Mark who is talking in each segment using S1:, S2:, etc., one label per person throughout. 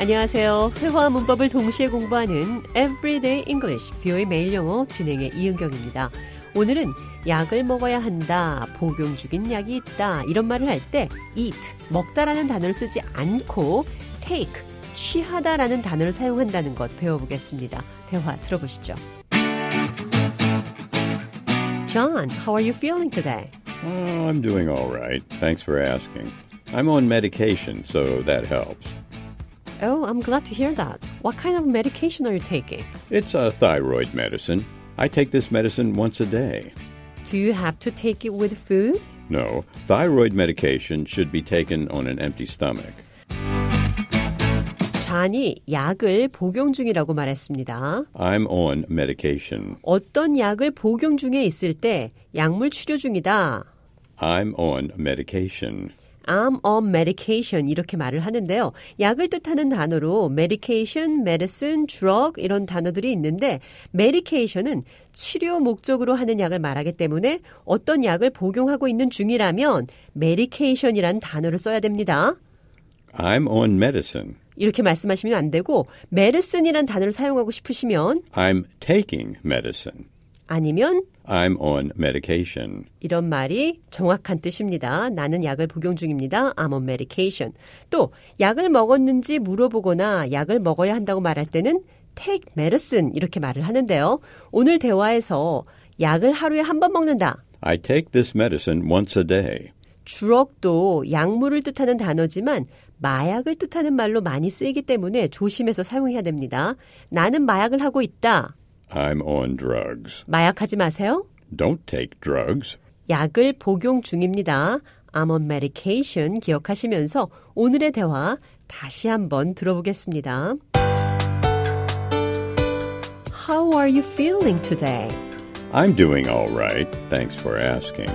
S1: 안녕하세요. 회화 문법을 동시에 공부하는 Everyday English, 뷰의 매일 영어 진행의 이은경입니다. 오늘은 약을 먹어야 한다, 복용 중인 약이 있다, 이런 말을 할 때 eat, 먹다라는 단어를 쓰지 않고 take, 취하다라는 단어를 사용한다는 것 배워보겠습니다. 대화 들어보시죠. John, how are you feeling today?
S2: Uh, I'm doing all right. Thanks for asking. I'm on medication, so that helps.
S1: Oh, I'm glad to hear that. What kind of medication are you taking?
S2: It's a thyroid medicine. I take this medicine once a day.
S1: Do you have to take it with food?
S2: No, thyroid medication should be taken on an empty stomach.
S1: 잔이 약을 복용 중이라고 말했습니다.
S2: I'm on medication.
S1: 어떤 약을 복용 중에 있을 때 약물 치료 중이다.
S2: I'm on medication.
S1: I'm on medication 이렇게 말을 하는데요. 약을 뜻하는 단어로 medication, medicine, drug 이런 단어들이 있는데 medication은 치료 목적으로 하는 약을 말하기 때문에 어떤 약을 복용하고 있는 중이라면 medication이라는 단어를 써야 됩니다.
S2: I'm on medicine.
S1: 이렇게 말씀하시면 안 되고 medicine이라는 단어를 사용하고 싶으시면
S2: I'm taking medicine.
S1: 아니면
S2: I'm on medication.
S1: 이런 말이 정확한 뜻입니다. 나는 약을 복용 중입니다. I'm on medication. 또 약을 먹었는지 물어보거나 약을 먹어야 한다고 말할 때는 take medicine 이렇게 말을 하는데요. 오늘 대화에서 약을 하루에 한 번 먹는다.
S2: I take this medicine once a day.
S1: 주럭도 약물을 뜻하는 단어지만 마약을 뜻하는 말로 많이 쓰이기 때문에 조심해서 사용해야 됩니다. 나는 마약을 하고 있다.
S2: I'm on drugs.
S1: 마약하지 마세요.
S2: Don't take drugs.
S1: 약을 복용 중입니다. I'm on medication 기억하시면서 오늘의 대화 다시 한번 들어보겠습니다. How are you feeling today?
S2: I'm doing all right. Thanks for asking.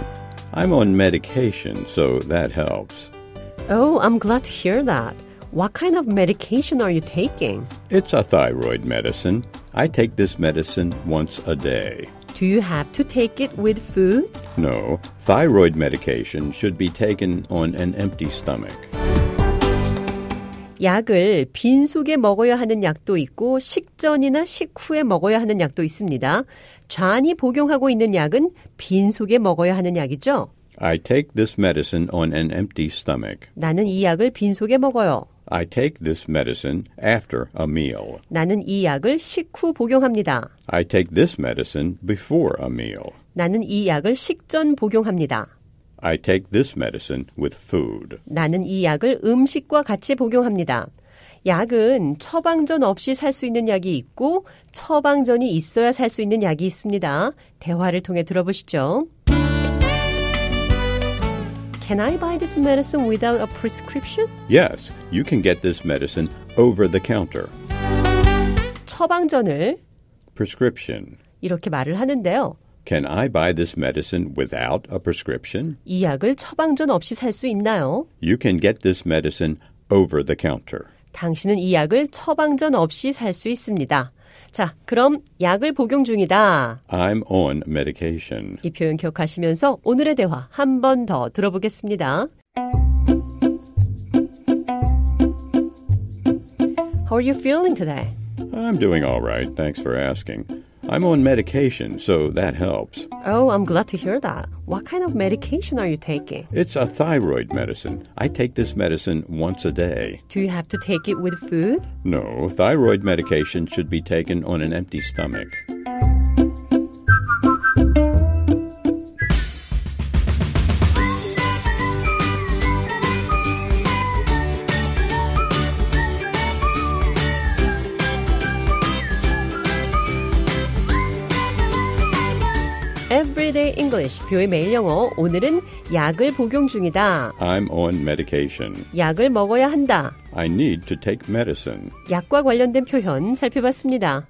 S2: I'm on medication, so that helps.
S1: Oh, I'm glad to hear that. What kind of medication are you taking?
S2: It's a thyroid medicine. I take this medicine once a day.
S1: Do you have to take it with food?
S2: No, thyroid medication should be taken on an empty stomach.
S1: 약을 빈속에 먹어야 하는 약도 있고 식전이나 식후에 먹어야 하는 약도 있습니다. 좌안이 복용하고 있는 약은 빈속에 먹어야 하는 약이죠.
S2: I take this medicine on an empty stomach.
S1: 나는 이 약을 빈속에 먹어요.
S2: I take this medicine after a meal.
S1: 나는 이 약을 식후 복용합니다.
S2: I take this medicine before a meal.
S1: 나는 이 약을 식전 복용합니다.
S2: I take this medicine with food.
S1: 나는 이 약을 음식과 같이 복용합니다. 약은 처방전 없이 살 수 있는 약이 있고 처방전이 있어야 살 수 있는 약이 있습니다. 대화를 통해 들어보시죠. Can I buy this medicine without a prescription?
S2: Yes, you can get this medicine over the counter.
S1: 처방전을
S2: Prescription.
S1: 이렇게 말을 하는데요.
S2: Can I buy this medicine without a prescription?
S1: 이 약을 처방전 없이 살 수 있나요?
S2: You can get this medicine over the counter.
S1: 당신은 이 약을 처방전 없이 살 수 있습니다. 자, 그럼 약을 복용 중이다.
S2: I'm on medication.
S1: 이 표현 기억하시면서 오늘의 대화 한 번 더 들어보겠습니다. How are you feeling today?
S2: I'm doing all right. Thanks for asking. I'm on medication, so that helps.
S1: Oh, I'm glad to hear that. What kind of medication are you taking?
S2: It's a thyroid medicine. I take this medicine once a day.
S1: Do you have to take it with food?
S2: No, thyroid medication should be taken on an empty stomach.
S1: Everyday English, 뷰의 매일 영어. 오늘은 약을 복용 중이다.
S2: I'm on medication.
S1: 약을 먹어야 한다.
S2: I need to take medicine.
S1: 약과 관련된 표현 살펴봤습니다.